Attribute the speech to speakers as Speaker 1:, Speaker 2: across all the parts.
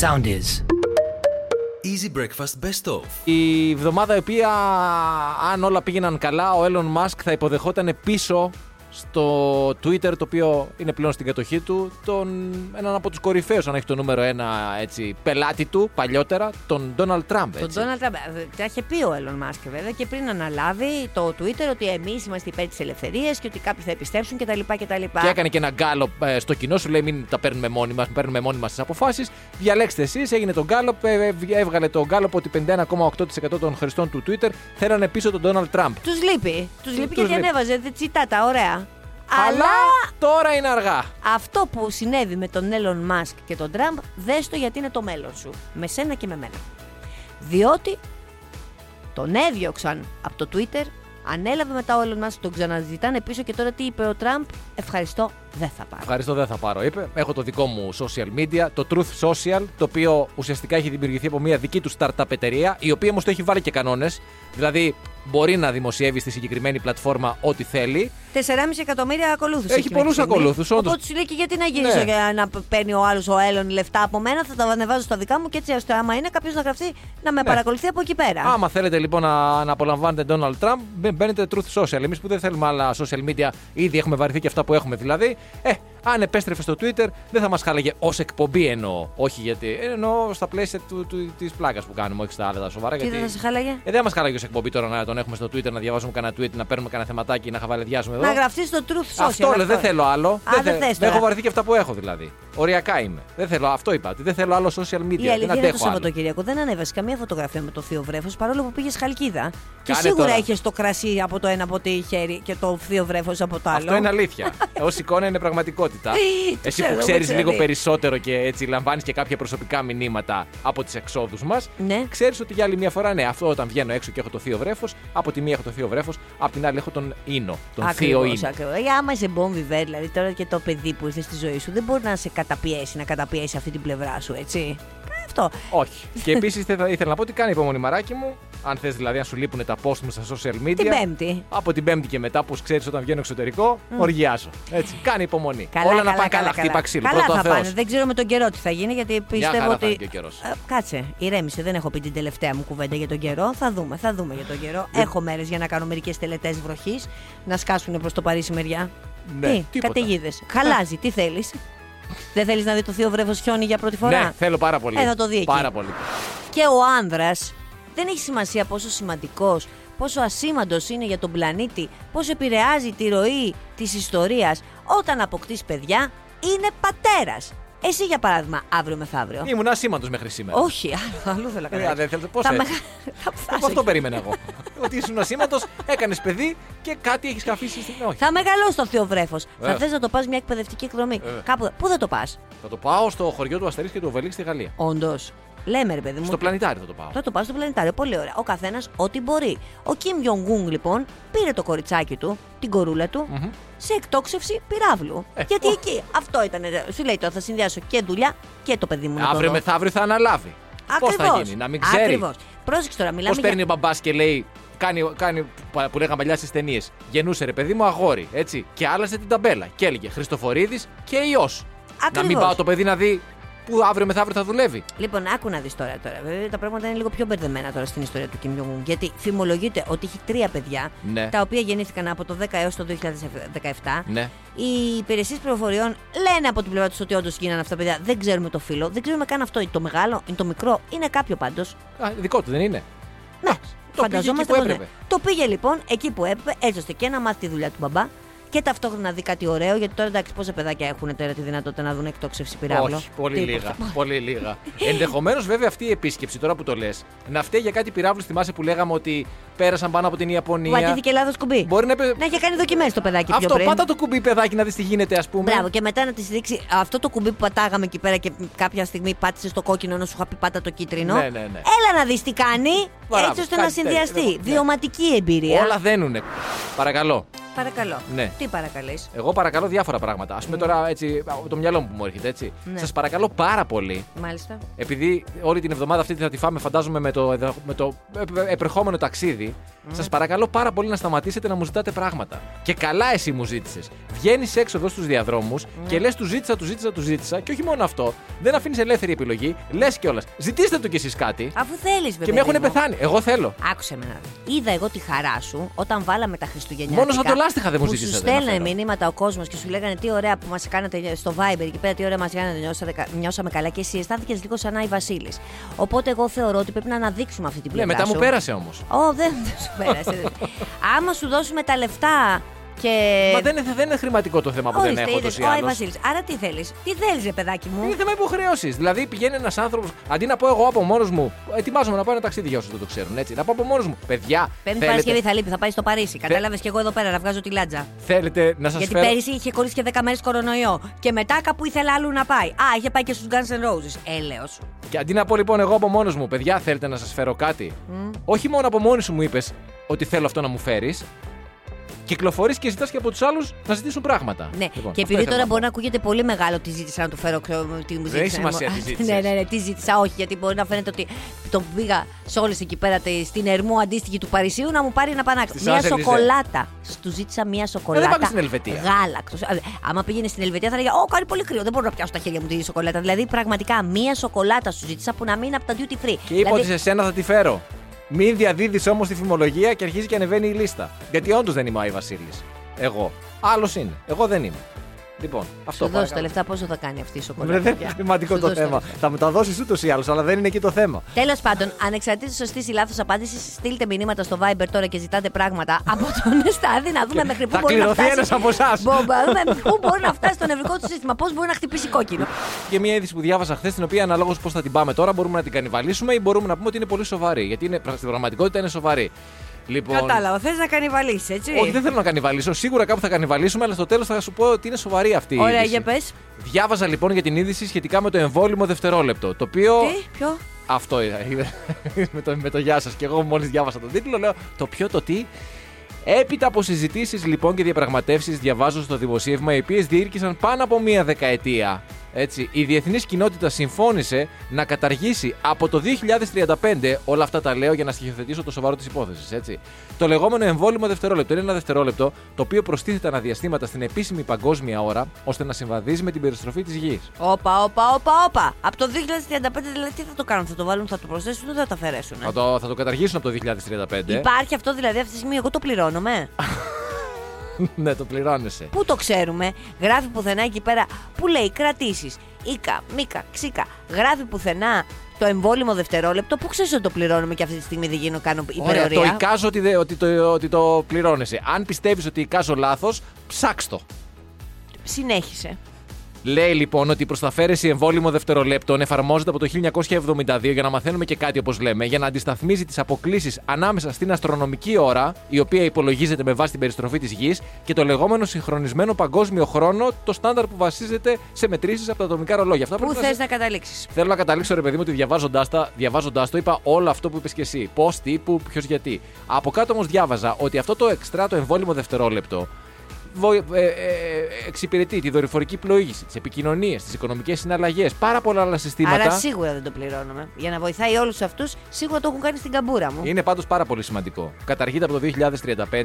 Speaker 1: Sound is.
Speaker 2: Easy Breakfast Best Of.
Speaker 3: Η εβδομάδα η οποία, αν όλα πήγαιναν καλά, ο Elon Musk θα υποδεχόταν πίσω στο Twitter, το οποίο είναι πλέον στην κατοχή του, τον, έναν από τους κορυφαίους, αν έχει το νούμερο ένα έτσι, πελάτη του παλιότερα, τον Donald Trump.
Speaker 4: Τον
Speaker 3: Έτσι.
Speaker 4: Donald Trump. ε, Τα είχε πει ο Elon Musk βέβαια και πριν αναλάβει το Twitter ότι εμείς είμαστε υπέρ της ελευθερίας και ότι κάποιοι θα επιστρέψουν κτλ. κτλ.
Speaker 3: Και έκανε και ένα γκάλοπ ε, στο κοινό σου, λέει: Μην τα παίρνουμε μόνοι μας, παίρνουμε μόνοι μας τις αποφάσεις. Διαλέξτε εσείς, έγινε το γκάλοπ. ε, ε, βγα- Έβγαλε το γκάλοπ ότι 51,8% των χρηστών του Twitter θέλανε πίσω τον Donald Trump.
Speaker 4: Τους λείπει. Τους λείπει
Speaker 3: τους
Speaker 4: γιατί
Speaker 3: λείπει.
Speaker 4: ανέβαζε δεν τσιτάτα, ωραία.
Speaker 3: Αλλά τώρα είναι αργά.
Speaker 4: αυτό που συνέβη με τον Elon Musk και τον Τραμπ, δες το γιατί είναι το μέλλον σου. Με σένα και με μένα. Διότι τον έδιωξαν από το Twitter, ανέλαβε μετά ο Elon Musk, τον ξαναζητάνε πίσω και τώρα τι είπε ο Τραμπ, ευχαριστώ, δεν θα πάρω.
Speaker 3: Ευχαριστώ, δεν θα πάρω, είπε. Έχω το δικό μου social media, το Truth Social, το οποίο ουσιαστικά έχει δημιουργηθεί από μια δική του startup εταιρεία, η οποία όμως το έχει βάλει και κανόνες. Δηλαδή, μπορεί να δημοσιεύει στη συγκεκριμένη πλατφόρμα ό,τι θέλει.
Speaker 4: 4,5 εκατομμύρια ακολούθους.
Speaker 3: Έχει πολλούς ακολούθους, όντως.
Speaker 4: Οπότε σου λέει και γιατί να γυρίσω
Speaker 3: Ναι.
Speaker 4: για να παίρνει ο άλλος ο Έλλον λεφτά από μένα, θα τα ανεβάζω στα δικά μου και έτσι ώστε άμα είναι κάποιος να γραφτεί να με παρακολουθεί από εκεί πέρα.
Speaker 3: Ναι. Άμα θέλετε λοιπόν να, να απολαμβάνετε Donald Trump, μπε- μπαίνετε Truth Social. Εμείς που δεν θέλουμε άλλα social media, ήδη έχουμε βαρεθεί και αυτά που έχουμε δηλαδή. Ε, αν επέστρεφε στο Twitter, δεν θα μας χάλαγε ως εκπομπή εννοώ. Όχι γιατί. Εννοώ στα πλαίσια της πλάκας που κάνουμε, όχι στα άλλα τα σοβαρά.
Speaker 4: Τι
Speaker 3: γιατί...
Speaker 4: δεν θα σε χάλαγε.
Speaker 3: Ε, δεν μα χάλαγε ως εκπομπή τώρα να τον έχουμε στο Twitter, να διαβάζουμε κανένα tweet, να παίρνουμε κανένα θεματάκι, να χαβαλεδιάζουμε εδώ.
Speaker 4: Να γραφτεί στο truth social.
Speaker 3: Αυτό λέω, δεν θέλω άλλο.
Speaker 4: δεν
Speaker 3: θε-
Speaker 4: θες
Speaker 3: δεν έχω
Speaker 4: τώρα.
Speaker 3: βαρεθεί και αυτά που έχω δηλαδή. Οριακά είμαι. Δεν θέλω, αυτό είπα. ότι Δεν θέλω άλλο social media.
Speaker 4: Η
Speaker 3: δεν
Speaker 4: αλήθεια είναι το
Speaker 3: αντέχω άλλο.
Speaker 4: Σαββατοκύριακο. Δεν ανέβασε καμία φωτογραφία με το θείο βρέφος παρόλο που πήγες χαλκίδα. Και
Speaker 3: Κάνε
Speaker 4: σίγουρα
Speaker 3: τώρα.
Speaker 4: είχε το κρασί από το ένα ποτή χέρι και το θείο βρέφος από το άλλο.
Speaker 3: Αυτό είναι αλήθεια. Ως εικόνα είναι πραγματικότητα. Εσύ
Speaker 4: Ξέρω,
Speaker 3: που ξέρεις
Speaker 4: ξέρω. ναι.
Speaker 3: λίγο περισσότερο και έτσι λαμβάνεις και κάποια προσωπικά μηνύματα από τις εξόδους μας,
Speaker 4: Ναι.
Speaker 3: ξέρεις ότι για άλλη μια φορά, ναι, αυτό όταν βγαίνω έξω και έχω το θείο βρέφος, από τη μία έχω το θείο βρέφος, από την άλλη έχω τον ίνο. Τον θείο
Speaker 4: Ακριβώς,
Speaker 3: ίνο.
Speaker 4: ακριβώς. Ε, Άμα είσαι bon vivant, δηλαδή τώρα και το παιδί που ήρθε στη ζωή σου δεν μπορεί να σε καταπιέσει, να καταπιέσει αυτή την πλευρά σου, έτσι. Ε, Αυτό.
Speaker 3: Όχι. και επίσης ήθελα να πω ότι κάνει υπομονή μαράκι μου. Αν θες δηλαδή, αν σου λείπουν τα post μου στα social media.
Speaker 4: Την Πέμπτη.
Speaker 3: Από την Πέμπτη και μετά, που ξέρεις όταν βγαίνω εξωτερικό, οργιάζω. Έτσι. Κάνει υπομονή.
Speaker 4: Καλά,
Speaker 3: Όλα
Speaker 4: καλά,
Speaker 3: να πάνε καλά. Χτύπα ξύλο.
Speaker 4: Καλά
Speaker 3: Πρώτο ο
Speaker 4: θα
Speaker 3: Θεός.
Speaker 4: πάνε. Δεν ξέρω με τον καιρό τι θα γίνει, γιατί πιστεύω
Speaker 3: χαρά
Speaker 4: ότι.
Speaker 3: θα είναι και ο καιρός.
Speaker 4: Ε, κάτσε, ηρέμησε. Δεν έχω πει την τελευταία μου κουβέντα για τον καιρό. Θα δούμε, θα δούμε για τον καιρό.
Speaker 3: Ε,
Speaker 4: Έχω μέρες για να κάνω μερικές τελετές βροχής, να σκάσουν προς το Παρίσι μεριά.
Speaker 3: Ναι,
Speaker 4: τι,
Speaker 3: τίποτα. Ε.
Speaker 4: καταιγίδες. Χαλάζει, τι θέλεις. Δεν θέλεις να δει το θείο βρέφο χιόνι για πρώτη φορά.
Speaker 3: Ναι, θέλω πάρα πολύ.
Speaker 4: Ε, θα το δει εκεί.
Speaker 3: Πάρα πολύ.
Speaker 4: Και ο άνδρας δεν έχει σημασία πόσο σημαντικός, πόσο ασήμαντος είναι για τον πλανήτη, πόσο επηρεάζει τη ροή της ιστορίας όταν αποκτείς παιδιά, είναι πατέρας. Εσύ για παράδειγμα, αύριο μεθαύριο.
Speaker 3: Ήμουν ασήμαντος μέχρι σήμερα.
Speaker 4: Όχι, άλλο- αλλού θέλω να
Speaker 3: Ε,
Speaker 4: καταλάβεις.
Speaker 3: δεν θέλω- πώς
Speaker 4: Θα
Speaker 3: έτσι.
Speaker 4: με- θα φτάσω
Speaker 3: Από αυτό
Speaker 4: εκεί.
Speaker 3: περίμενα εγώ. Ότι ήσουν ασήμαντος, έκανες παιδί και κάτι έχεις καθίσει στην. Όχι.
Speaker 4: Θα μεγαλώσει το θείο βρέφος. Θα
Speaker 3: Ε.
Speaker 4: θες να το πας μια εκπαιδευτική εκδρομή.
Speaker 3: Ε.
Speaker 4: Κάπου. Πού θα το πας,
Speaker 3: Θα το πάω στο χωριό του Αστερίς και του Οβελίξ στη Γαλλία.
Speaker 4: Όντως. Λέμε ρε παιδί μου.
Speaker 3: Στο πλανητάρι θα το πάω.
Speaker 4: Θα το πάω στο πλανητάριο. Πολύ ωραία. Ο καθένας ό,τι μπορεί. Ο Κιμ Γιονγκούγκ λοιπόν πήρε το κοριτσάκι του, την κορούλα του,
Speaker 3: Μμμ.
Speaker 4: σε εκτόξευση πυράβλου.
Speaker 3: Ε,
Speaker 4: Γιατί
Speaker 3: ω.
Speaker 4: εκεί αυτό ήταν. ε, Σου λέει τώρα θα συνδυάσω και δουλειά και το παιδί μου. να το
Speaker 3: Αύριο
Speaker 4: δω.
Speaker 3: μεθαύριο θα αναλάβει. Πώς θα
Speaker 4: Ακριβώς.
Speaker 3: γίνει, να μην ξέρει.
Speaker 4: Ακριβώς. Πρόσεξε τώρα, μιλάμε
Speaker 3: Πώς παίρνει
Speaker 4: για.
Speaker 3: ο μπαμπάς και λέει. Κάνει, κάνει που- που λέγαμε παλιά στις ταινίες. Γεννούσε ρε παιδί μου αγόρι. Έτσι. Και άλλαζε την ταμπέλα. Και έλεγε Χριστοφορίδης και ιός. Να μην
Speaker 4: Ακριβώς.
Speaker 3: πάω το παιδί να δει που αύριο μεθαύριο θα δουλεύει.
Speaker 4: Λοιπόν, άκου να δεις τώρα. τώρα. Βέβαια, τα πράγματα είναι λίγο πιο μπερδεμένα τώρα στην ιστορία του Κιμ Γιονγκούγκ. Γιατί φημολογείται ότι έχει τρία παιδιά,
Speaker 3: Ναι.
Speaker 4: τα οποία γεννήθηκαν από το 10 έως το 2017.
Speaker 3: Ναι.
Speaker 4: Οι υπηρεσίες πληροφοριών λένε από την πλευρά τους ότι όντως γίνανε αυτά τα παιδιά. Δεν ξέρουμε το φύλλο, δεν ξέρουμε καν αυτό. Είναι το μεγάλο, είναι το μικρό, είναι κάποιο πάντως.
Speaker 3: Α, δικό του δεν είναι.
Speaker 4: Ναι,
Speaker 3: το πήγε εκεί που
Speaker 4: μόνο, ναι.
Speaker 3: έπρεπε.
Speaker 4: Το πήγε λοιπόν εκεί που έπρεπε, έτσι ώστε και να μάθει τη δουλειά του μπαμπά και ταυτόχρονα να δει κάτι ωραίο. Γιατί τώρα εντάξει, πόσα παιδάκια έχουν τώρα τη δυνατότητα να δουν εκτόξευση πυράβλο.
Speaker 3: Όχι, πολύ
Speaker 4: Τίποτα.
Speaker 3: λίγα. πολύ λίγα. Ενδεχομένως, βέβαια, αυτή η επίσκεψη τώρα που το λες, να φταίει για κάτι πυράβλους. Θυμάσαι που λέγαμε ότι πέρασαν πάνω από την Ιαπωνία.
Speaker 4: Βατήθηκε λάθος κουμπί.
Speaker 3: Μπορεί να. πε-
Speaker 4: Να είχε κάνει δοκιμές το παιδάκι πιο
Speaker 3: Αυτό,
Speaker 4: πριν.
Speaker 3: πάτα το κουμπί, παιδάκι, να δεις τι γίνεται, ας πούμε.
Speaker 4: Μπράβο, και μετά να της δείξει αυτό το κουμπί που πατάγαμε εκεί πέρα και κάποια στιγμή πάτησε το κόκκινο ενώ σου είχα πει πάτα το κίτρινο.
Speaker 3: Ναι, ναι, ναι.
Speaker 4: Έλα να δεις τι κάνει,
Speaker 3: Μπράβο,
Speaker 4: έτσι ώστε
Speaker 3: κάτι
Speaker 4: να συνδυαστεί.
Speaker 3: τέτοιο. Ναι.
Speaker 4: Βιωματική εμπειρία.
Speaker 3: Όλα δένουνε. Παρακαλώ.
Speaker 4: Παρακαλώ.
Speaker 3: Ναι.
Speaker 4: Τι παρακαλείς.
Speaker 3: Εγώ παρακαλώ διάφορα πράγματα. Ας πούμε τώρα έτσι, από το μυαλό μου που μου έρχεται έτσι.
Speaker 4: Ναι.
Speaker 3: Σας παρακαλώ πάρα πολύ,
Speaker 4: Μάλιστα.
Speaker 3: επειδή όλη την εβδομάδα αυτή θα τη φάμε, φαντάζομαι, με το, εδα- με το επ- επερχόμενο ταξίδι.
Speaker 4: Ναι.
Speaker 3: Σας παρακαλώ πάρα πολύ να σταματήσετε να μου ζητάτε πράγματα. Και καλά εσύ μου ζήτησες. Βγαίνεις έξω εδώ στους διαδρόμους
Speaker 4: Ναι.
Speaker 3: και λες: Του ζήτησα, του ζήτησα, του ζήτησα. Και όχι μόνο αυτό. Δεν αφήνεις ελεύθερη επιλογή. Λες κιόλας. Ζητήστε του κι εσείς κάτι.
Speaker 4: Αφού θέλεις, βέβαια.
Speaker 3: και με έχουν πεθάνει. Εγώ θέλω.
Speaker 4: Άκουσε με να δεις. Είδα εγώ τη χαρά σου όταν βάλαμε τα Χριστουγεννιάτικα.
Speaker 3: Μόνος σαν το λάστιχα δεν μου
Speaker 4: που
Speaker 3: ζήτησατε
Speaker 4: Σου
Speaker 3: να
Speaker 4: στέλνανε
Speaker 3: φέρω.
Speaker 4: μηνύματα ο κόσμος και σου λέγανε τι ωραία που μας κάνατε στο Viber εκεί πέρα, τι ωραία μας κάνατε, νιώσατε, κα- νιώσαμε καλά και εσύ αισθάνθηκες λίγο σαν Άι Βασίλης. Οπότε εγώ θεωρώ ότι πρέπει να αναδείξουμε αυτή την
Speaker 3: Ναι,
Speaker 4: πλευρά.
Speaker 3: μετά μου
Speaker 4: σου.
Speaker 3: πέρασε όμως.
Speaker 4: Ω, δεν δεν σου πέρασε. Άμα σου δώσουμε τα λεφτά και.
Speaker 3: Μα δεν είναι, δεν είναι χρηματικό το θέμα που δεν έχω
Speaker 4: Ε, είδες,
Speaker 3: ούτω ή
Speaker 4: ο Άι
Speaker 3: άλλω.
Speaker 4: Βασίλης. Άρα τι θέλεις, τι θέλεις, ρε παιδάκι μου.
Speaker 3: Είναι θέμα υποχρέωσης. Δηλαδή πηγαίνει ένας άνθρωπος, αντί να πω εγώ από μόνος μου, ετοιμάζομαι να πάω ένα ταξίδι για όσους δεν το ξέρουν έτσι. Να πάω από μόνος μου. Παιδιά,
Speaker 4: Πέμπτη
Speaker 3: θέλετε,
Speaker 4: Παρασκευή θα λείπει, θα πάει στο Παρίσι. Κατάλαβε και εγώ εδώ πέρα να βγάζω τη λάτζα.
Speaker 3: θέλετε να σας
Speaker 4: Γιατί
Speaker 3: φέρω.
Speaker 4: πέρυσι είχε κολλήσει και 10 μέρες κορονοϊό. Και μετά κάπου ήθελε άλλου να πάει. Α, είχε πάει και στους Guns N' Roses. Ε, Έλεο.
Speaker 3: Και αντί να πω λοιπόν εγώ από μόνος μου, παιδιά, θέλετε να σας φέρω κάτι. Όχι μόνο από μόνη σου μου είπες ότι θέλω αυτό να μου φέρεις. Κυκλοφορείς και ζητάς και από τους άλλους να ζητήσουν πράγματα.
Speaker 4: Ναι,
Speaker 3: Λοιπόν,
Speaker 4: και
Speaker 3: αυτό
Speaker 4: επειδή
Speaker 3: ήθελα
Speaker 4: τώρα
Speaker 3: να
Speaker 4: μπορεί
Speaker 3: πω.
Speaker 4: να ακούγεται πολύ μεγάλο τι ζήτησα να του φέρω ξέρω, τι
Speaker 3: Δεν
Speaker 4: μου ζήτησα.
Speaker 3: έχει σημασία τι
Speaker 4: Α,
Speaker 3: ζήτησες.
Speaker 4: Ναι, ναι, ναι, τι ζήτησα, όχι, γιατί μπορεί να φαίνεται ότι τον πήγα σε όλες εκεί πέρα τη- στην ερμό αντίστοιχη του Παρισίου να μου πάρει ένα πανάκριβο.
Speaker 3: Στις
Speaker 4: Μία
Speaker 3: Champs-Élysées.
Speaker 4: σοκολάτα. Του ζήτησα μία σοκολάτα.
Speaker 3: Ε, πάμε στην Ελβετία.
Speaker 4: Γάλακτος. Άμα πήγαινε στην Ελβετία θα λέγα Ω, κάνει πολύ κρύο, δεν μπορώ να πιάσω τα χέρια μου τη σοκολάτα. Δηλαδή πραγματικά μία σοκολάτα σου ζήτησα που να μην είναι από τα duty free.
Speaker 3: Και είπα
Speaker 4: Δηλαδή,
Speaker 3: ότι σε σένα θα τη φέρω. Μην διαδίδεις όμως τη φημολογία και αρχίζει και ανεβαίνει η λίστα. Γιατί όντως δεν είμαι ο Άι Βασίλης. Εγώ. Άλλος είναι. Εγώ δεν είμαι. Λοιπόν, αυτό
Speaker 4: Σου δώσω τα
Speaker 3: παρακαλώ.
Speaker 4: λεφτά, πόσο θα κάνει αυτή η σοκολάτα.
Speaker 3: Βρε, Δεν
Speaker 4: πια.
Speaker 3: είναι σημαντικό
Speaker 4: Σου
Speaker 3: το
Speaker 4: δώσω τα
Speaker 3: θέμα. Θα μου τα δώσεις ούτως ή άλλως, αλλά δεν είναι εκεί το θέμα.
Speaker 4: Τέλος πάντων, ανεξαρτήτως σωστή ή λάθος απάντησης, στείλτε μηνύματα στο Viber τώρα και ζητάτε πράγματα από τον Στάδη να δούμε μέχρι πού
Speaker 3: Θα
Speaker 4: μπορεί να
Speaker 3: κληρωθεί
Speaker 4: φτάσει.
Speaker 3: ένας από εσάς.
Speaker 4: Μπο- να δούμε μέχρι πού μπορεί να φτάσει το νευρικό του σύστημα, πώς μπορεί να χτυπήσει κόκκινο.
Speaker 3: Και μια είδηση που διάβασα χθες, την οποία αναλόγως πώς θα την πάμε τώρα, μπορούμε να την κανιβαλίσουμε ή μπορούμε να πούμε ότι είναι πολύ σοβαρή. Γιατί είναι, στην πραγματικότητα είναι σοβαρή. Λοιπόν,
Speaker 4: θες να κανιβαλίσει, έτσι.
Speaker 3: Όχι, δεν θέλω να κανιβαλίσω. Σίγουρα κάπου θα κανιβαλίσουμε, αλλά στο τέλος θα σου πω ότι είναι σοβαρή αυτή η
Speaker 4: Ωραία,
Speaker 3: είδηση.
Speaker 4: για πες.
Speaker 3: Διάβαζα λοιπόν για την είδηση σχετικά με το εμβόλυμο δευτερόλεπτο. Το οποίο.
Speaker 4: Τι, ποιο.
Speaker 3: Αυτό είδα. με, το, με το γεια σας. Και εγώ μόλις διάβασα τον τίτλο, λέω το πιο το τι. Έπειτα από συζητήσεις λοιπόν και διαπραγματεύσεις, διαβάζω στο δημοσίευμα, οι οποίες διήρκησαν πάνω από μία δεκαετία. Έτσι, η διεθνής κοινότητα συμφώνησε να καταργήσει από το 2035, όλα αυτά τα λέω για να στοιχειοθετήσω το σοβαρό της υπόθεσης, έτσι. Το λεγόμενο εμβόλυμο δευτερόλεπτο είναι ένα δευτερόλεπτο το οποίο προστίθεται αναδιαστήματα στην επίσημη παγκόσμια ώρα ώστε να συμβαδίζει με την περιστροφή της γης.
Speaker 4: Όπα, όπα, όπα, όπα. Από το 2035 δηλαδή τι θα το κάνουν, θα το βάλουν, θα το προσθέσουν ή θα το αφαιρέσουν. ε?
Speaker 3: Θα το, θα το καταργήσουν από το 2035.
Speaker 4: Υπάρχει αυτό δηλαδή αυτή τη στιγμή, εγώ το πληρώνομαι.
Speaker 3: ναι, το πληρώνεσαι.
Speaker 4: Πού το ξέρουμε, γράφει πουθενά εκεί πέρα που λέει κρατήσεις. Ήκα, μήκα, ξήκα. Γράφει πουθενά το εμβόλυμο δευτερόλεπτο. Πού ξέρεις ότι το πληρώνουμε και αυτή τη στιγμή δεν γίνω κάνω
Speaker 3: Ωραία,
Speaker 4: υπερορία.
Speaker 3: το εικάζω ότι, δε- ότι, το, ότι το πληρώνεσαι. Αν πιστεύεις ότι εικάζω λάθος, ψάξ το.
Speaker 4: Συνέχισε.
Speaker 3: Λέει λοιπόν ότι η προσταφαίρεση εμβόλυμο δευτερολέπτων εφαρμόζεται από το 1972 για να μαθαίνουμε και κάτι όπως λέμε, για να αντισταθμίζει τις αποκλήσεις ανάμεσα στην αστρονομική ώρα, η οποία υπολογίζεται με βάση την περιστροφή της γης, και το λεγόμενο συγχρονισμένο παγκόσμιο χρόνο, το στάνταρ που βασίζεται σε μετρήσεις από τα ατομικά ρολόγια. Αυτά
Speaker 4: Πού
Speaker 3: πρέπει να
Speaker 4: θες
Speaker 3: σε-
Speaker 4: να καταλήξεις.
Speaker 3: Θέλω να καταλήξω, ρε παιδί μου, ότι διαβάζοντάς διαβάζοντάς το, είπα όλο αυτό που είπες και εσύ. Πώς, τι, που, ποιος, γιατί. Από κάτω όμως διάβαζα ότι αυτό το εξτρά το εμβόλυμο δευτερόλεπτο βο- ε, ε, ε, εξυπηρετεί τη δορυφορική πλοήγηση, τις επικοινωνίες, τις οικονομικές συναλλαγές, πάρα πολλά άλλα συστήματα.
Speaker 4: Άρα σίγουρα δεν το πληρώνουμε. Για να βοηθάει όλους αυτούς, σίγουρα το έχουν κάνει στην καμπούρα μου.
Speaker 3: Είναι πάντως πάρα πολύ σημαντικό. Καταργείται από το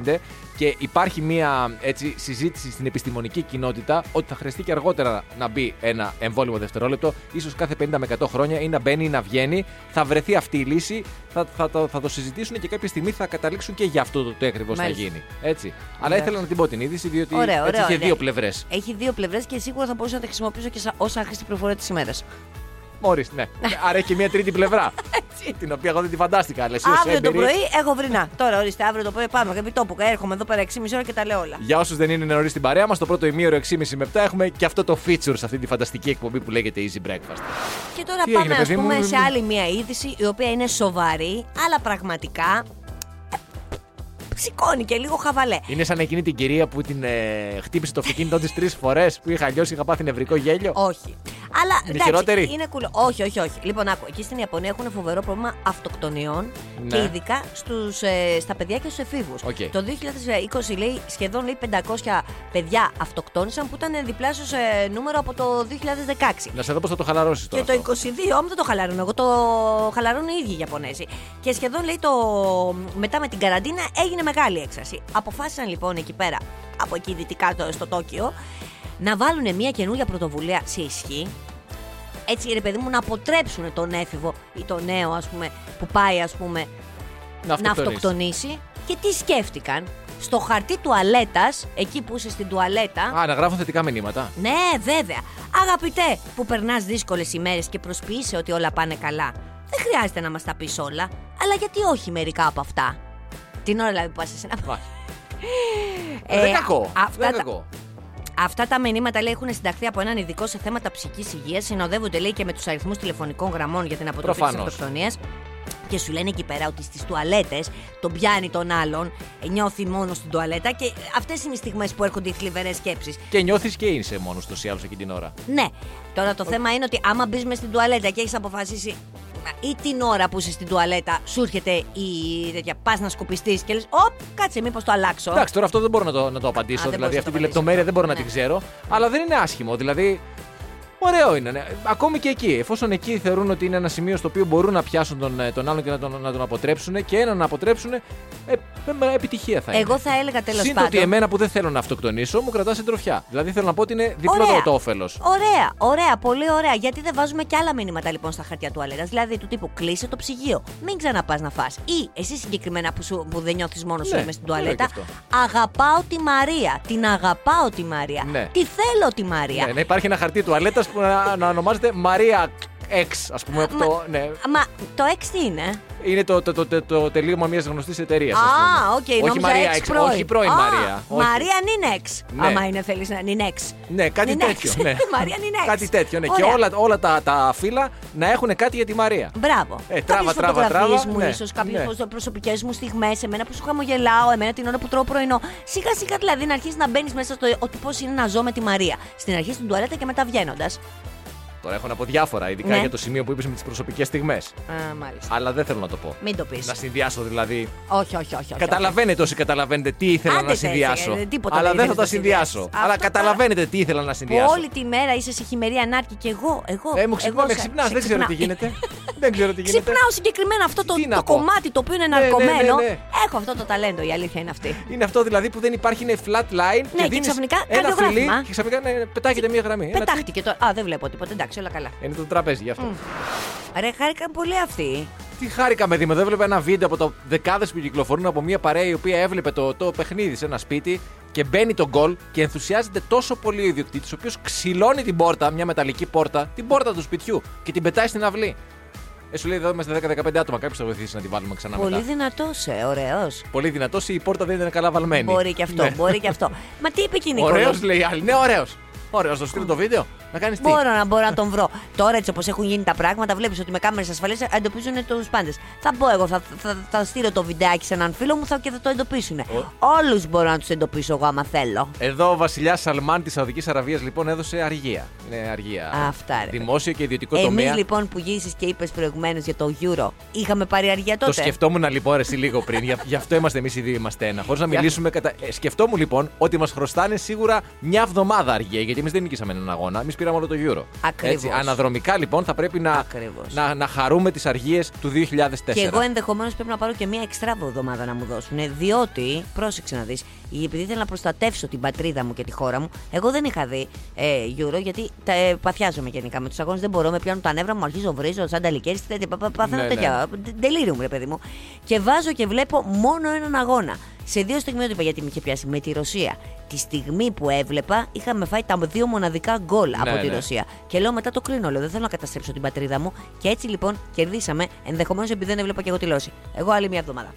Speaker 3: 2035 και υπάρχει μια έτσι, συζήτηση στην επιστημονική κοινότητα ότι θα χρειαστεί και αργότερα να μπει ένα εμβόλυμο δευτερόλεπτο, ίσως κάθε 50 με 100 χρόνια, ή να μπαίνει ή να βγαίνει. Θα βρεθεί αυτή η λύση, θα, θα, το, θα το συζητήσουν και κάποια στιγμή θα καταλήξουν και για αυτό το τι ακριβώς θα
Speaker 4: Μάλιστα.
Speaker 3: γίνει. Έτσι. Αλλά
Speaker 4: Ωραία.
Speaker 3: ήθελα να την πω την είδηση, διότι
Speaker 4: Ωραία,
Speaker 3: έτσι
Speaker 4: ωραία,
Speaker 3: είχε
Speaker 4: ωραία.
Speaker 3: δύο πλευρές.
Speaker 4: Έχει δύο πλευρές και σίγουρα θα μπορούσα να τα χρησιμοποιήσω και σα... ως άχρηστη πληροφορία της ημέρας.
Speaker 3: Μόλι, ναι. Άρα έχει και μια τρίτη πλευρά. την οποία εγώ δεν τη φαντάστηκα. αλλά εσύ ως
Speaker 4: Αύριο το
Speaker 3: έμπειρη-
Speaker 4: πρωί έχω βρινά. Τώρα ορίστε, αύριο το πρωί πάμε. Επί τόπου έρχομαι εδώ πέρα 6,5 ώρα και τα λέω όλα.
Speaker 3: Για όσους δεν είναι νωρίς στην παρέα μας, το πρώτο ημίωρο 6,5 με 7 έχουμε και αυτό το feature σε αυτή τη φανταστική εκπομπή που λέγεται Easy Breakfast.
Speaker 4: Και τώρα
Speaker 3: Τι
Speaker 4: πάμε
Speaker 3: έγινε,
Speaker 4: ας
Speaker 3: παιδί μου,
Speaker 4: πούμε
Speaker 3: μη-
Speaker 4: σε
Speaker 3: μη-
Speaker 4: άλλη μια είδηση η οποία είναι σοβαρή αλλά πραγματικά σηκώνει και λίγο χαβαλέ.
Speaker 3: Είναι σαν εκείνη την κυρία που την ε, χτύπησε το αυτοκίνητό της τρεις φορές που είχα λιώσει, είχα πάθει νευρικό γέλιο.
Speaker 4: Όχι. Αλλά
Speaker 3: Είναι χειρότερη?
Speaker 4: είναι κουλό. Όχι, όχι, όχι. Λοιπόν, άκου, εκεί στην Ιαπωνία έχουν φοβερό πρόβλημα αυτοκτονιών
Speaker 3: Ναι.
Speaker 4: και ειδικά στους, ε, στα παιδιά και στους εφήβους.
Speaker 3: Οκ.
Speaker 4: Το 2020 λέει, σχεδόν λέει, 500 παιδιά αυτοκτόνησαν που ήταν ε, διπλάσιος ε, νούμερο από το 2016.
Speaker 3: Να σε δω πώς θα το χαλαρώσεις τώρα.
Speaker 4: Και το
Speaker 3: αυτό.
Speaker 4: 22 όμως δεν το χαλαρώνω. Εγώ το χαλαρώνω οι ίδιοι οι Ιαπωνέζοι. Και σχεδόν λέει το. Μετά με την καραντίνα έγινε μεγάλη έξαρση. Αποφάσισαν λοιπόν εκεί πέρα, από εκεί δυτικά το- στο Τόκιο, να βάλουν μια καινούργια πρωτοβουλία σε ισχύ. Έτσι, ρε παιδί μου, να αποτρέψουν τον έφηβο ή τον νέο, ας πούμε, που πάει, ας πούμε, να
Speaker 3: αυτοκτονήσει.
Speaker 4: αυτοκτονήσει. Και τι σκέφτηκαν. Στο χαρτί τουαλέτας, εκεί που είσαι στην τουαλέτα,
Speaker 3: Α, να γράφουν θετικά μηνύματα.
Speaker 4: ναι, βέβαια. Αγαπητέ, που περνάς δύσκολες ημέρες και προσποιείσαι ότι όλα πάνε καλά. Δεν χρειάζεται να μας τα πεις όλα, αλλά γιατί όχι μερικά από αυτά. Την ώρα δηλαδή που πας σε ένα.
Speaker 3: Μα,
Speaker 4: Ε,
Speaker 3: δεν κακό.
Speaker 4: Αυτά,
Speaker 3: δεν
Speaker 4: τα,
Speaker 3: κακό.
Speaker 4: αυτά τα μηνύματα λέει, έχουν συνταχθεί από έναν ειδικό σε θέματα ψυχική υγείας. Συνοδεύονται λέει και με τους αριθμούς τηλεφωνικών γραμμών για την αποτροπή της
Speaker 3: Προφανώς.
Speaker 4: αυτοκτονίας. Και σου λένε εκεί πέρα ότι στις τουαλέτες τον πιάνει τον άλλον, νιώθει μόνος στην τουαλέτα και αυτές είναι οι στιγμές που έρχονται οι θλιβερές σκέψεις.
Speaker 3: Και νιώθεις και είσαι μόνος του ή άλλω εκείνη την ώρα.
Speaker 4: Ναι. Τώρα το θέμα είναι ότι άμα μπεις μες στην τουαλέτα και έχεις αποφασίσει ή την ώρα που είσαι στην τουαλέτα σου έρχεται η τέτοια, πας να σκουπιστείς και λες: Ωπ, κάτσε, μήπως το αλλάξω.
Speaker 3: Εντάξει, τώρα αυτό δεν μπορώ να το, να το απαντήσω.
Speaker 4: δεν μπορείς
Speaker 3: δηλαδή
Speaker 4: να
Speaker 3: αυτή τη
Speaker 4: το απαντήσεις.
Speaker 3: λεπτομέρεια δεν μπορώ να
Speaker 4: Ναι.
Speaker 3: την ξέρω. Αλλά δεν είναι άσχημο. Δηλαδή. Ωραίο είναι. ναι. Ακόμη και εκεί. Εφόσον εκεί θεωρούν ότι είναι ένα σημείο στο οποίο μπορούν να πιάσουν τον, ε, τον άλλον και να τον, να τον αποτρέψουν και έναν να αποτρέψουν, ε, ε, με επιτυχία θα είναι.
Speaker 4: Εγώ θα έλεγα τέλος
Speaker 3: Σύν το ότι
Speaker 4: πάντων.
Speaker 3: εμένα που δεν θέλω να αυτοκτονήσω, μου κρατάς συντροφιά. Δηλαδή θέλω να πω ότι είναι διπλό
Speaker 4: Ωραία.
Speaker 3: το- το όφελος.
Speaker 4: Ωραία, ωραία, πολύ ωραία. Γιατί δεν βάζουμε και άλλα μηνύματα λοιπόν στα χαρτιά τουαλέτα. Δηλαδή του τύπου κλείσε το ψυγείο, μην ξαναπάς να φας Ή εσύ συγκεκριμένα που, σου, που δεν νιώθεις μόνος σου
Speaker 3: Ναι,
Speaker 4: είμαι στην
Speaker 3: ωραίο
Speaker 4: τουαλέτα.
Speaker 3: και
Speaker 4: Αγαπάω τη Μαρία. Την αγαπάω τη Μαρία.
Speaker 3: Ναι.
Speaker 4: Τη θέλω τη Μαρία.
Speaker 3: Ναι, να υπάρχει ένα χαρτί τουαλέτας που να, να ονομάζεται Μαρία X, ας πούμε. από
Speaker 4: Μα-
Speaker 3: το, ναι,
Speaker 4: Μα το έξι τι είναι.
Speaker 3: είναι το, το, το, το, το τελείωμα μιας γνωστής εταιρείας.
Speaker 4: Ας, οκ,
Speaker 3: όχι
Speaker 4: νόμιζα
Speaker 3: Μαρία
Speaker 4: εξ
Speaker 3: X, όχι πρώην
Speaker 4: Α,
Speaker 3: Μαρία. όχι.
Speaker 4: Μαρία Νινέξ.
Speaker 3: Ναι.
Speaker 4: Άμα είναι, θέλεις να είναι Νινέξ.
Speaker 3: Ναι, κάτι
Speaker 4: Νινέξ.
Speaker 3: τέτοιο. Ναι.
Speaker 4: Μαρία Νινέξ.
Speaker 3: Κάτι τέτοιο. Ναι. Και
Speaker 4: Ωραία.
Speaker 3: όλα, όλα τα, τα φύλλα να έχουν κάτι για τη Μαρία.
Speaker 4: Μπράβο.
Speaker 3: Ε, τράβα, τράβα,
Speaker 4: φωτογραφίες
Speaker 3: τράβα,
Speaker 4: μου,
Speaker 3: ναι.
Speaker 4: ίσως κάποιες
Speaker 3: Ναι.
Speaker 4: προσωπικές μου στιγμές, εμένα που σου χαμογελάω, εμένα την ώρα που τρώω πρωινό. Σιγά σιγά δηλαδή να αρχίσεις να μπαίνεις μέσα στο ότι πώς είναι να ζω με τη Μαρία. Στην αρχή στην τουαλέτα και μετά βγαίνοντας.
Speaker 3: Τώρα έχω να πω διάφορα, ειδικά
Speaker 4: Ναι.
Speaker 3: για το σημείο που είπες με τις προσωπικές στιγμές.
Speaker 4: Μάλιστα.
Speaker 3: Αλλά δεν θέλω να το πω.
Speaker 4: Μην το πεις.
Speaker 3: Να συνδυάσω δηλαδή.
Speaker 4: Όχι, όχι, όχι. όχι.
Speaker 3: Καταλαβαίνετε όσοι καταλαβαίνετε τι ήθελα
Speaker 4: Άντε
Speaker 3: να
Speaker 4: σε,
Speaker 3: συνδυάσω.
Speaker 4: ε, τίποτα
Speaker 3: αλλά
Speaker 4: δεν
Speaker 3: δεν θα
Speaker 4: ήθελες
Speaker 3: τα
Speaker 4: να συνδυάσεις.
Speaker 3: συνδυάσω.
Speaker 4: Αυτό
Speaker 3: Αλλά
Speaker 4: τώρα-
Speaker 3: καταλαβαίνετε τι ήθελα να
Speaker 4: Που
Speaker 3: συνδυάσω.
Speaker 4: όλη τη μέρα είσαι σε χειμερή ανάρκη και εγώ. εγώ
Speaker 3: Ε, μου
Speaker 4: εγώ
Speaker 3: ξυπνά, με
Speaker 4: σε-
Speaker 3: ξυπνάς,
Speaker 4: σε
Speaker 3: δεν ξέρω τι
Speaker 4: ξυπνάω.
Speaker 3: γίνεται. δεν ξέρω τι γίνεται.
Speaker 4: Ξυπνάω συγκεκριμένα αυτό το,
Speaker 3: Τι να
Speaker 4: το
Speaker 3: πω.
Speaker 4: κομμάτι το οποίο είναι
Speaker 3: Ναι, ναι, ναι,
Speaker 4: ναρκωμένο.
Speaker 3: ναι.
Speaker 4: Έχω αυτό το ταλέντο, η αλήθεια είναι αυτή.
Speaker 3: Είναι αυτό δηλαδή που δεν υπάρχει, είναι flat line.
Speaker 4: Ναι, και
Speaker 3: δίνεις
Speaker 4: ξαφνικά
Speaker 3: ένα
Speaker 4: κάνει
Speaker 3: φιλί
Speaker 4: γράφημα.
Speaker 3: και ξαφνικά ναι, πετάγεται μία γραμμή. Ένα
Speaker 4: Πετάχτηκε τώρα. Α, δεν βλέπω τίποτα. Εντάξει, όλα καλά.
Speaker 3: τσικ. Είναι το τραπέζι γι' αυτό.
Speaker 4: Ρε, χάρηκαν πολύ αυτοί.
Speaker 3: Τι χάρηκα με δίμο. Δεν έβλεπα ένα βίντεο από το δεκάδες που κυκλοφορούν από μια παρέα η οποία έβλεπε το, το παιχνίδι σε ένα σπίτι και μπαίνει το γκολ και ενθουσιάζεται τόσο πολύ ο ιδιοκτήτης, ο οποίος ξυλώνει την πόρτα, μια μεταλλική πόρτα, την πόρτα του σπιτιού και την πετάει στην αυλή. Ε, σου λέει εδώ είμαστε 10-15 άτομα, κάποιος θα βοηθήσει να την βάλουμε ξανά
Speaker 4: Πολύ
Speaker 3: μετά.
Speaker 4: δυνατός, ε, ωραίος.
Speaker 3: Πολύ δυνατός ή η πόρτα δεν ήταν καλά βαλμένη.
Speaker 4: Μπορεί και αυτό,
Speaker 3: Ναι.
Speaker 4: μπορεί και αυτό. Μα τι είπε εκείνη η
Speaker 3: Ωραίος
Speaker 4: κοπέλα?
Speaker 3: λέει η άλλη. Ναι, ωραίος. Ωραίο, το στείλω το βίντεο. Να κάνεις τι.
Speaker 4: Μπορώ να, μπορώ να τον βρω. Τώρα έτσι όπως έχουν γίνει τα πράγματα, βλέπεις ότι με κάμερες ασφαλεία εντοπίζουν τους πάντες. Θα μπω εγώ, θα, θα, θα στείλω το βιντεάκι σε έναν φίλο μου θα, και θα το εντοπίσουν. Όλους μπορώ να τους εντοπίσω εγώ άμα θέλω.
Speaker 3: Εδώ ο βασιλιάς Σαλμάν της Σαουδικής Αραβίας λοιπόν έδωσε αργία. Είναι αργία.
Speaker 4: Αυτά, ρε.
Speaker 3: Δημόσιο και ιδιωτικό
Speaker 4: Εμείς
Speaker 3: τομέα.
Speaker 4: λοιπόν που γύρισες και είπες προηγουμένως για το Euro, είχαμε πάρει αργία τότε.
Speaker 3: Το σκεφτόμουν λοιπόν ρε, εσύ λίγο πριν. Γι' γι' αυτό είμαστε εμείς οι δύο είμαστε ένα. Χωρίς να
Speaker 4: Για-
Speaker 3: μιλήσουμε κατά. Ε, σκεφτόμουν λοιπόν ότι μας χρωστάνε σίγουρα μια εβδομάδα αργία. Γιατί εμείς δεν νικήσαμε έναν αγώνα. Εμείς πήραμε όλο το γύρο.
Speaker 4: Ακριβώς.
Speaker 3: αναδρομικά λοιπόν θα πρέπει να,
Speaker 4: Ακριβώς.
Speaker 3: να, να χαρούμε τις αργίες του 2004.
Speaker 4: Και εγώ ενδεχομένως πρέπει να πάρω και μία εξτρά εβδομάδα να μου δώσουν. Διότι, πρόσεξε να δεις, επειδή ήθελα να προστατεύσω την πατρίδα μου και τη χώρα μου, εγώ δεν είχα δει ε, Euro, γιατί τα, ε, παθιάζομαι γενικά με τους αγώνες. Δεν μπορώ, με πιάνουν τα νεύρα μου, αρχίζω βρίζω, σαν τα λικέρι, τέτοια. πα- πα- Παθαίνω
Speaker 3: Ναι, ναι.
Speaker 4: τέτοια. Ντε- Delirium, ρε παιδί μου. Και βάζω και βλέπω μόνο έναν αγώνα. Σε δύο στιγμιότυπα γιατί με είχε πιάσει με τη Ρωσία. Τη στιγμή που έβλεπα, είχαμε φάει τα δύο μοναδικά γκολ από
Speaker 3: Ναι,
Speaker 4: τη
Speaker 3: ναι.
Speaker 4: Ρωσία. Και λέω μετά το κρίνω, λέω δεν θέλω να καταστρέψω την πατρίδα μου. Και έτσι λοιπόν κερδίσαμε, ενδεχομένως επειδή δεν έβλεπα και εγώ τηλεόραση. Εγώ άλλη μια εβδομάδα.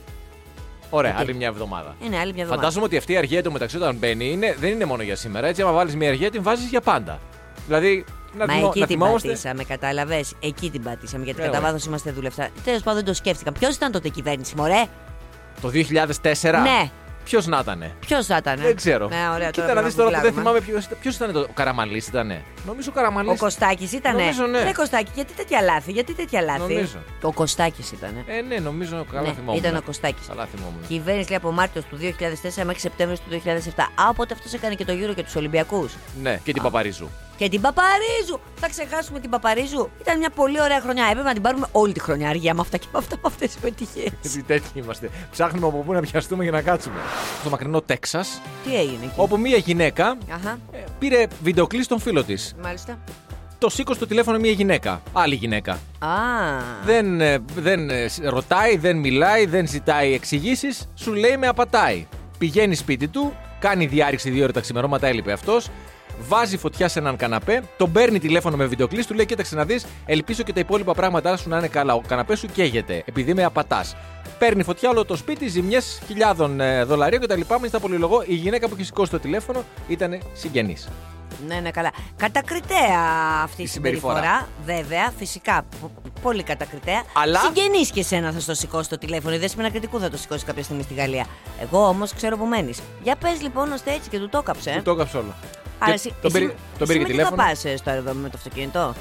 Speaker 3: Ωραία,
Speaker 4: Οκ.
Speaker 3: άλλη μια εβδομάδα.
Speaker 4: Είναι άλλη μια εβδομάδα.
Speaker 3: Φαντάζομαι ότι αυτή η αργία του μεταξύ όταν μπαίνει είναι, δεν είναι μόνο για σήμερα. Έτσι, άμα βάλεις μια αργία, την βάζεις για πάντα. Δηλαδή, να,
Speaker 4: Μα
Speaker 3: θυμό-
Speaker 4: εκεί
Speaker 3: να
Speaker 4: την
Speaker 3: θυμόμαστε.
Speaker 4: πατήσαμε, κατάλαβες. Εκεί την πατήσαμε, γιατί
Speaker 3: Ε,
Speaker 4: κατά
Speaker 3: ωραία.
Speaker 4: βάθος είμαστε δουλευτά. Τέλος πάντων δεν το σκέφτηκα. Ποιος ήταν τότε η κυβέρνηση, μωρέ.
Speaker 3: Το 2004.
Speaker 4: Ναι.
Speaker 3: Ποιος να ήταν.
Speaker 4: Ποιος θα ήταν.
Speaker 3: Δεν ξέρω.
Speaker 4: Ναι, ωραία,
Speaker 3: Κοίτα
Speaker 4: πρέπει
Speaker 3: να δεις τώρα που δεν
Speaker 4: γκουγκλάρουμε.
Speaker 3: θυμάμαι ποιος ήταν. Το... Ο Καραμαλή ήταν. Νομίζω ο Καραμαλής.
Speaker 4: Ο Κωστάκης ήταν.
Speaker 3: Νομίζω, ναι.
Speaker 4: Κωστάκη, γιατί τέτοια λάθη, γιατί τέτοια λάθη.
Speaker 3: Νομίζω.
Speaker 4: Ο Κωστάκης ήταν.
Speaker 3: Ε, ναι, νομίζω. Καλά
Speaker 4: Ναι,
Speaker 3: θυμόμουν.
Speaker 4: ήταν ο Κωστάκης.
Speaker 3: Καλά θυμόμουν.
Speaker 4: Κυβέρνηση λέει από Μάρτιος του 2004 μέχρι Σεπτέμβριο του 2007. Α, οπότε αυτός έκανε και το γύρο και τους Ολυμπιακούς.
Speaker 3: Ναι, και την Παπαρίζου.
Speaker 4: Και την Παπαρίζου! Θα ξεχάσουμε την Παπαρίζου. Ήταν μια πολύ ωραία χρονιά. Έπρεπε να την πάρουμε όλη τη χρονιά αργία με αυτά και με αυτά με αυτές τις πετυχίε.
Speaker 3: Γιατί τέτοιοι είμαστε. Ψάχνουμε από πού να πιαστούμε για να κάτσουμε. Στο μακρινό Τέξας,
Speaker 4: Τι έγινε εκεί.
Speaker 3: όπου μία γυναίκα
Speaker 4: Αχα,
Speaker 3: ε, πήρε βιντεοκλής στον φίλο της.
Speaker 4: μάλιστα.
Speaker 3: Το σήκωσε το τηλέφωνο μία γυναίκα. Άλλη γυναίκα.
Speaker 4: Α,
Speaker 3: Δεν, ε, δεν ε, σ- ρωτάει, δεν μιλάει, δεν ζητάει εξηγήσεις. Σου λέει με απατάει. Πηγαίνει σπίτι του, κάνει διάρρηξη δύο ώρα τα ξημερώματα, έλειπε αυτός. Βάζει φωτιά σε έναν καναπέ, τον παίρνει τηλέφωνο με βιντεοκλή, του λέει: Κοίταξε να δεις, ελπίζω και τα υπόλοιπα πράγματά σου να είναι καλά. Ο καναπές σου καίγεται, επειδή με απατάς. Παίρνει φωτιά όλο το σπίτι, ζημιές χιλιάδων ε, δολαρίων κτλ. Μην στα πολυλογώ, η γυναίκα που είχε σηκώσει το τηλέφωνο ήταν συγγενής.
Speaker 4: ναι, ναι, καλά. Κατακριτέα αυτή η
Speaker 3: Η
Speaker 4: συμπεριφορά.
Speaker 3: συμπεριφορά.
Speaker 4: βέβαια, φυσικά. πο- Πολύ κατακριτέα.
Speaker 3: Αλλά-
Speaker 4: Συγγενείς και εσένα θα στο σηκώσει το τηλέφωνο. Η δέσμηνα κριτικού θα το σηκώσει κάποια στιγμή στη Γαλλία. Εγώ όμως ξέρω που μένεις. Για πες λοιπόν, ώστε έτσι και του το έκαψε. ε.
Speaker 3: Του το έκαψε όλο.
Speaker 4: Άρα
Speaker 3: Και
Speaker 4: εσύ-
Speaker 3: τον πήρε-
Speaker 4: εσύ-
Speaker 3: τον πήρε
Speaker 4: εσύ
Speaker 3: και
Speaker 4: με τι θα
Speaker 3: τηλέφωνο.
Speaker 4: πας ε, στο αεροδρόμιο με το αυτοκίνητο.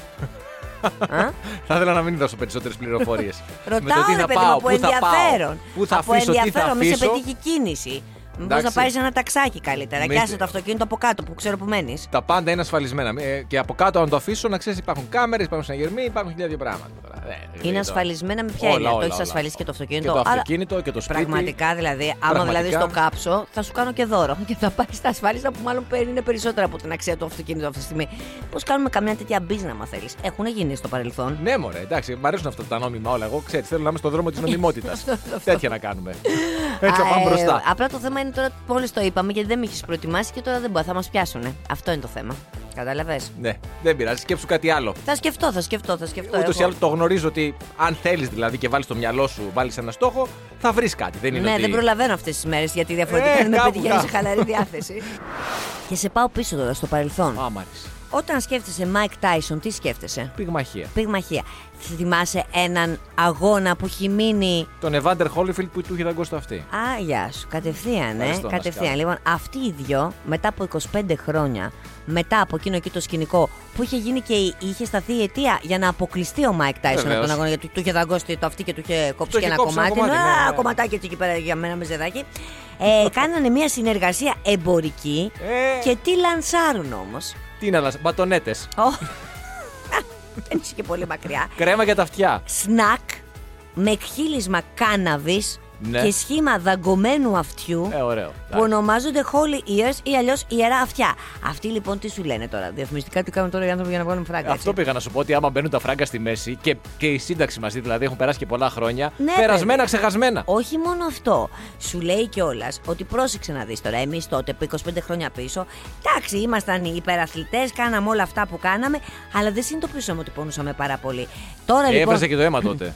Speaker 4: Α?
Speaker 3: Θα ήθελα να μην δώσω περισσότερες πληροφορίες.
Speaker 4: Ρωτάω ρε παιδί μου από ενδιαφέρον.
Speaker 3: Πού θα
Speaker 4: από
Speaker 3: αφήσω, τι θα
Speaker 4: ενδιαφέρον, μη σε
Speaker 3: αφήσω.
Speaker 4: πετύχει κίνηση. Μήπως
Speaker 3: Εντάξει.
Speaker 4: να πάρεις ένα ταξάκι καλύτερα.
Speaker 3: Μη
Speaker 4: Και
Speaker 3: σε-
Speaker 4: άσε το αυτοκίνητο από κάτω που ξέρω που μένεις.
Speaker 3: Τα πάντα είναι ασφαλισμένα. Ε, Και από κάτω, αν το αφήσω, να ξέρεις υπάρχουν κάμερες, υπάρχουν συναγερμοί, υπάρχουν χιλιάδια πράγματα. τώρα. Ε, δηλαδή,
Speaker 4: Είναι ασφαλισμένα με ποια
Speaker 3: όλα,
Speaker 4: έννοια. Το
Speaker 3: όλα,
Speaker 4: έχεις
Speaker 3: όλα.
Speaker 4: ασφαλίσει και το αυτοκίνητο.
Speaker 3: Και το
Speaker 4: Άρα,
Speaker 3: αυτοκίνητο και το σπίτι.
Speaker 4: Πραγματικά δηλαδή, άμα
Speaker 3: Πραγματικά.
Speaker 4: δηλαδή στο κάψω, θα σου κάνω και δώρο. Και θα πάρεις τα ασφάλιστα που μάλλον παίρνει είναι περισσότερα από την αξία του αυτοκίνητου αυτή τη στιγμή. Πώς κάνουμε καμιά τέτοια μπίζνα, μα θέλει. Έχουν γίνει στο παρελθόν.
Speaker 3: Ναι, μωρέ, εντάξει, μου αρέσουν αυτά τα νόμιμα όλα. Εγώ ξέρεις, θέλω να είμαι στον δρόμο
Speaker 4: Ναι.
Speaker 3: της νομιμότητας. Τέτοια να κάνουμε. Έτσι θα
Speaker 4: Α,
Speaker 3: πάμε
Speaker 4: ε,
Speaker 3: μπροστά.
Speaker 4: απλά το θέμα είναι τώρα, μόλις το είπαμε, γιατί δεν με έχεις προετοιμάσει και τώρα δεν μπορώ. Θα μας πιάσουνε. Αυτό είναι το θέμα. Κατάλαβες.
Speaker 3: Ναι, δεν πειράζει, σκέψου κάτι άλλο.
Speaker 4: Θα σκεφτώ, θα σκεφτώ, θα σκεφτώ.
Speaker 3: Ούτως ή
Speaker 4: έχω.
Speaker 3: άλλως το γνωρίζω ότι αν θέλεις δηλαδή και βάλεις στο μυαλό σου, βάλεις ένα στόχο, θα βρεις κάτι. Δεν είναι
Speaker 4: Ναι,
Speaker 3: ότι...
Speaker 4: δεν προλαβαίνω αυτές τις μέρες γιατί διαφορετικά
Speaker 3: Ε,
Speaker 4: δεν με
Speaker 3: κάπου,
Speaker 4: πετυχαίνεις σε
Speaker 3: κάπου.
Speaker 4: χαλαρή διάθεση. και σε πάω πίσω τώρα στο παρελθόν.
Speaker 3: Α, μ' άρεσε.
Speaker 4: Όταν σκέφτεσαι Mike Tyson, τι σκέφτεσαι.
Speaker 3: Πυγμαχία.
Speaker 4: Πυγμαχία. Θυμάσαι έναν αγώνα που έχει μείνει.
Speaker 3: Τον Evander Holyfield που του είχε δαγκώσει το αυτή.
Speaker 4: Α, γεια σου. Κατευθείαν, ε.
Speaker 3: Ευχαριστώ,
Speaker 4: Κατευθείαν.
Speaker 3: Νασκάλα.
Speaker 4: Λοιπόν, αυτοί οι δυο μετά από 25 χρόνια, μετά από εκείνο εκεί το σκηνικό που είχε γίνει και η- είχε σταθεί η αιτία για να αποκλειστεί ο Μάικ Τάισον από
Speaker 3: Βεβαίως.
Speaker 4: τον αγώνα, γιατί του είχε δαγκώσει το αυτή και του είχε κόψει
Speaker 3: Το
Speaker 4: και
Speaker 3: είχε
Speaker 4: ένα
Speaker 3: κόψει ένα
Speaker 4: κομμάτι.
Speaker 3: κομμάτι,
Speaker 4: Α,
Speaker 3: ναι, ναι.
Speaker 4: κομματάκι έτσι εκεί πέρα για μένα με ζεδάκι. Ε, κάνανε μια συνεργασία εμπορική
Speaker 3: Ε.
Speaker 4: και τι λανσάρουν όμως.
Speaker 3: Τι είναι, αλλά μπατονέτε.
Speaker 4: Δεν είσαι και πολύ μακριά.
Speaker 3: Κρέμα για τα αυτιά.
Speaker 4: σνακ με εκχύλισμα κάναβης
Speaker 3: Ναι.
Speaker 4: και σχήμα δαγκωμένου αυτιού
Speaker 3: Ε, ωραίο.
Speaker 4: που ονομάζονται Holy Ears ή αλλιώς ιερά αυτιά. Αυτοί λοιπόν τι σου λένε τώρα, διαφημιστικά τι κάνουν τώρα οι άνθρωποι για να βγάλουν φράγκα.
Speaker 3: Ε, Αυτό
Speaker 4: έτσι.
Speaker 3: πήγα να σου πω ότι άμα μπαίνουν τα φράγκα στη μέση και, και η σύνταξη μαζί δηλαδή έχουν περάσει και πολλά χρόνια.
Speaker 4: Ναι,
Speaker 3: περασμένα,
Speaker 4: παιδί.
Speaker 3: ξεχασμένα.
Speaker 4: Όχι μόνο αυτό. Σου λέει κιόλας ότι πρόσεξε να δεις τώρα. Εμείς τότε, που 25 χρόνια πίσω, εντάξει, ήμασταν οι υπεραθλητές, κάναμε όλα αυτά που κάναμε, αλλά δεν συνειδητοποιούσαμε ότι πονούσαμε πάρα πολύ. Τώρα
Speaker 3: Ε,
Speaker 4: λοιπόν.
Speaker 3: Έβραζε και το αίμα τότε.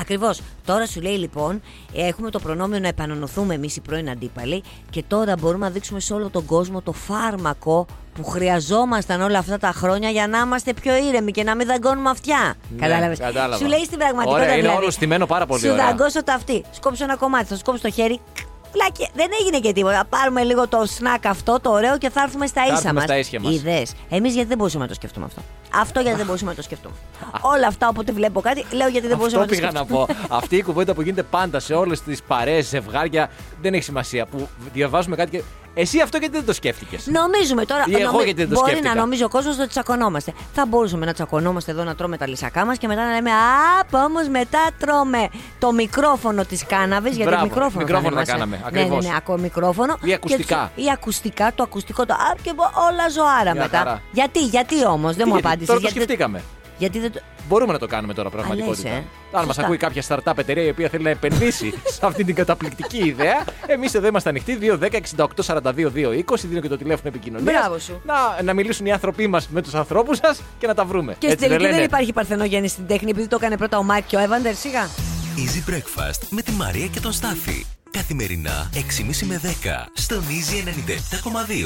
Speaker 4: Ακριβώς. Τώρα σου λέει λοιπόν, ε, έχουμε το προνόμιο να επανονοθούμε εμείς οι πρώην αντίπαλοι και τώρα μπορούμε να δείξουμε σε όλο τον κόσμο το φάρμακο που χρειαζόμασταν όλα αυτά τα χρόνια για να είμαστε πιο ήρεμοι και να μην δαγκώνουμε αυτιά.
Speaker 3: Ναι,
Speaker 4: Κατάλαβες.
Speaker 3: κατάλαβα.
Speaker 4: Σου λέει στην πραγματικότητα.
Speaker 3: Ωραία, είναι
Speaker 4: δηλαδή,
Speaker 3: όλος στημένος πάρα πολύ
Speaker 4: Σου
Speaker 3: ωραία.
Speaker 4: δαγκώσω τα αυτή. Σκόψω ένα κομμάτι, θα σκόψω το χέρι. Λάκε, δεν έγινε και τίποτα. Πάρουμε λίγο το σνακ αυτό, το ωραίο και θα έρθουμε στα
Speaker 3: Θα
Speaker 4: ίσα
Speaker 3: έρθουμε
Speaker 4: μας.
Speaker 3: στα ίσια μας.
Speaker 4: Εμείς γιατί δεν μπορούσαμε να το σκεφτούμε αυτό. Αυτό γιατί δεν μπορούσαμε να το σκεφτούμε. Όλα αυτά όποτε βλέπω κάτι, λέω γιατί δεν μπορούσαμε
Speaker 3: Αυτό
Speaker 4: να το
Speaker 3: πήγα
Speaker 4: σκεφτούμε.
Speaker 3: να πω. Αυτή η κουβέντα που γίνεται πάντα σε όλες τις παρέες, ζευγάρια, δεν έχει σημασία. Που διαβάζουμε κάτι και. Εσύ αυτό γιατί δεν το σκέφτηκες.
Speaker 4: Ναι, Νομίζουμε τώρα.
Speaker 3: Ή εγώ γιατί δεν το
Speaker 4: μπορεί
Speaker 3: σκέφτηκα.
Speaker 4: να νομίζει ο κόσμος ότι τσακωνόμαστε. Θα μπορούσαμε να τσακωνόμαστε εδώ να τρώμε τα λυσακά μας και μετά να λέμε Α, όμως μετά τρώμε το μικρόφωνο της κάναβης. Γιατί
Speaker 3: Μπράβο,
Speaker 4: μικρόφωνο,
Speaker 3: μικρόφωνο
Speaker 4: θα
Speaker 3: θα κάναμε,
Speaker 4: Ναι, ναι,
Speaker 3: ακριβώς.
Speaker 4: ναι, ακό μικρόφωνο.
Speaker 3: Ή ακουστικά.
Speaker 4: Και τους- Ή ακουστικά, το ακουστικό το Α και μπο- όλα ζωάρα
Speaker 3: Μια
Speaker 4: μετά.
Speaker 3: χαρά.
Speaker 4: Γιατί, γιατί όμως, δεν μου
Speaker 3: Γιατί,
Speaker 4: απάντησες.
Speaker 3: Τώρα το σκεφτήκαμε.
Speaker 4: γιατί δεν το.
Speaker 3: Μπορούμε να το κάνουμε τώρα πραγματικότητα.
Speaker 4: λες, ε.
Speaker 3: Αν μας
Speaker 4: Σωστά.
Speaker 3: ακούει κάποια startup εταιρεία η οποία θέλει να επενδύσει σε αυτή την καταπληκτική ιδέα, εμείς εδώ είμαστε ανοιχτοί. 2-10-68-42-2-20. Δίνω και το τηλέφωνο επικοινωνίας.
Speaker 4: Μπράβο σου.
Speaker 3: Να, να μιλήσουν οι άνθρωποι μας με τους ανθρώπους σας και να τα βρούμε.
Speaker 4: Και στην τελική δεν υπάρχει παρθενόγεννη στην τέχνη, επειδή το έκανε πρώτα ο Μάικ και ο Εύαντερ, σιγά.
Speaker 2: Easy Breakfast με τη Μαρία και τον Στάφη. Καθημερινά 6.30 με 10 στον Easy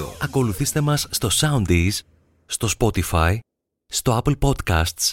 Speaker 2: 97.2. Ακολουθήστε μας στο Soundees, στο Spotify, στο Apple Podcasts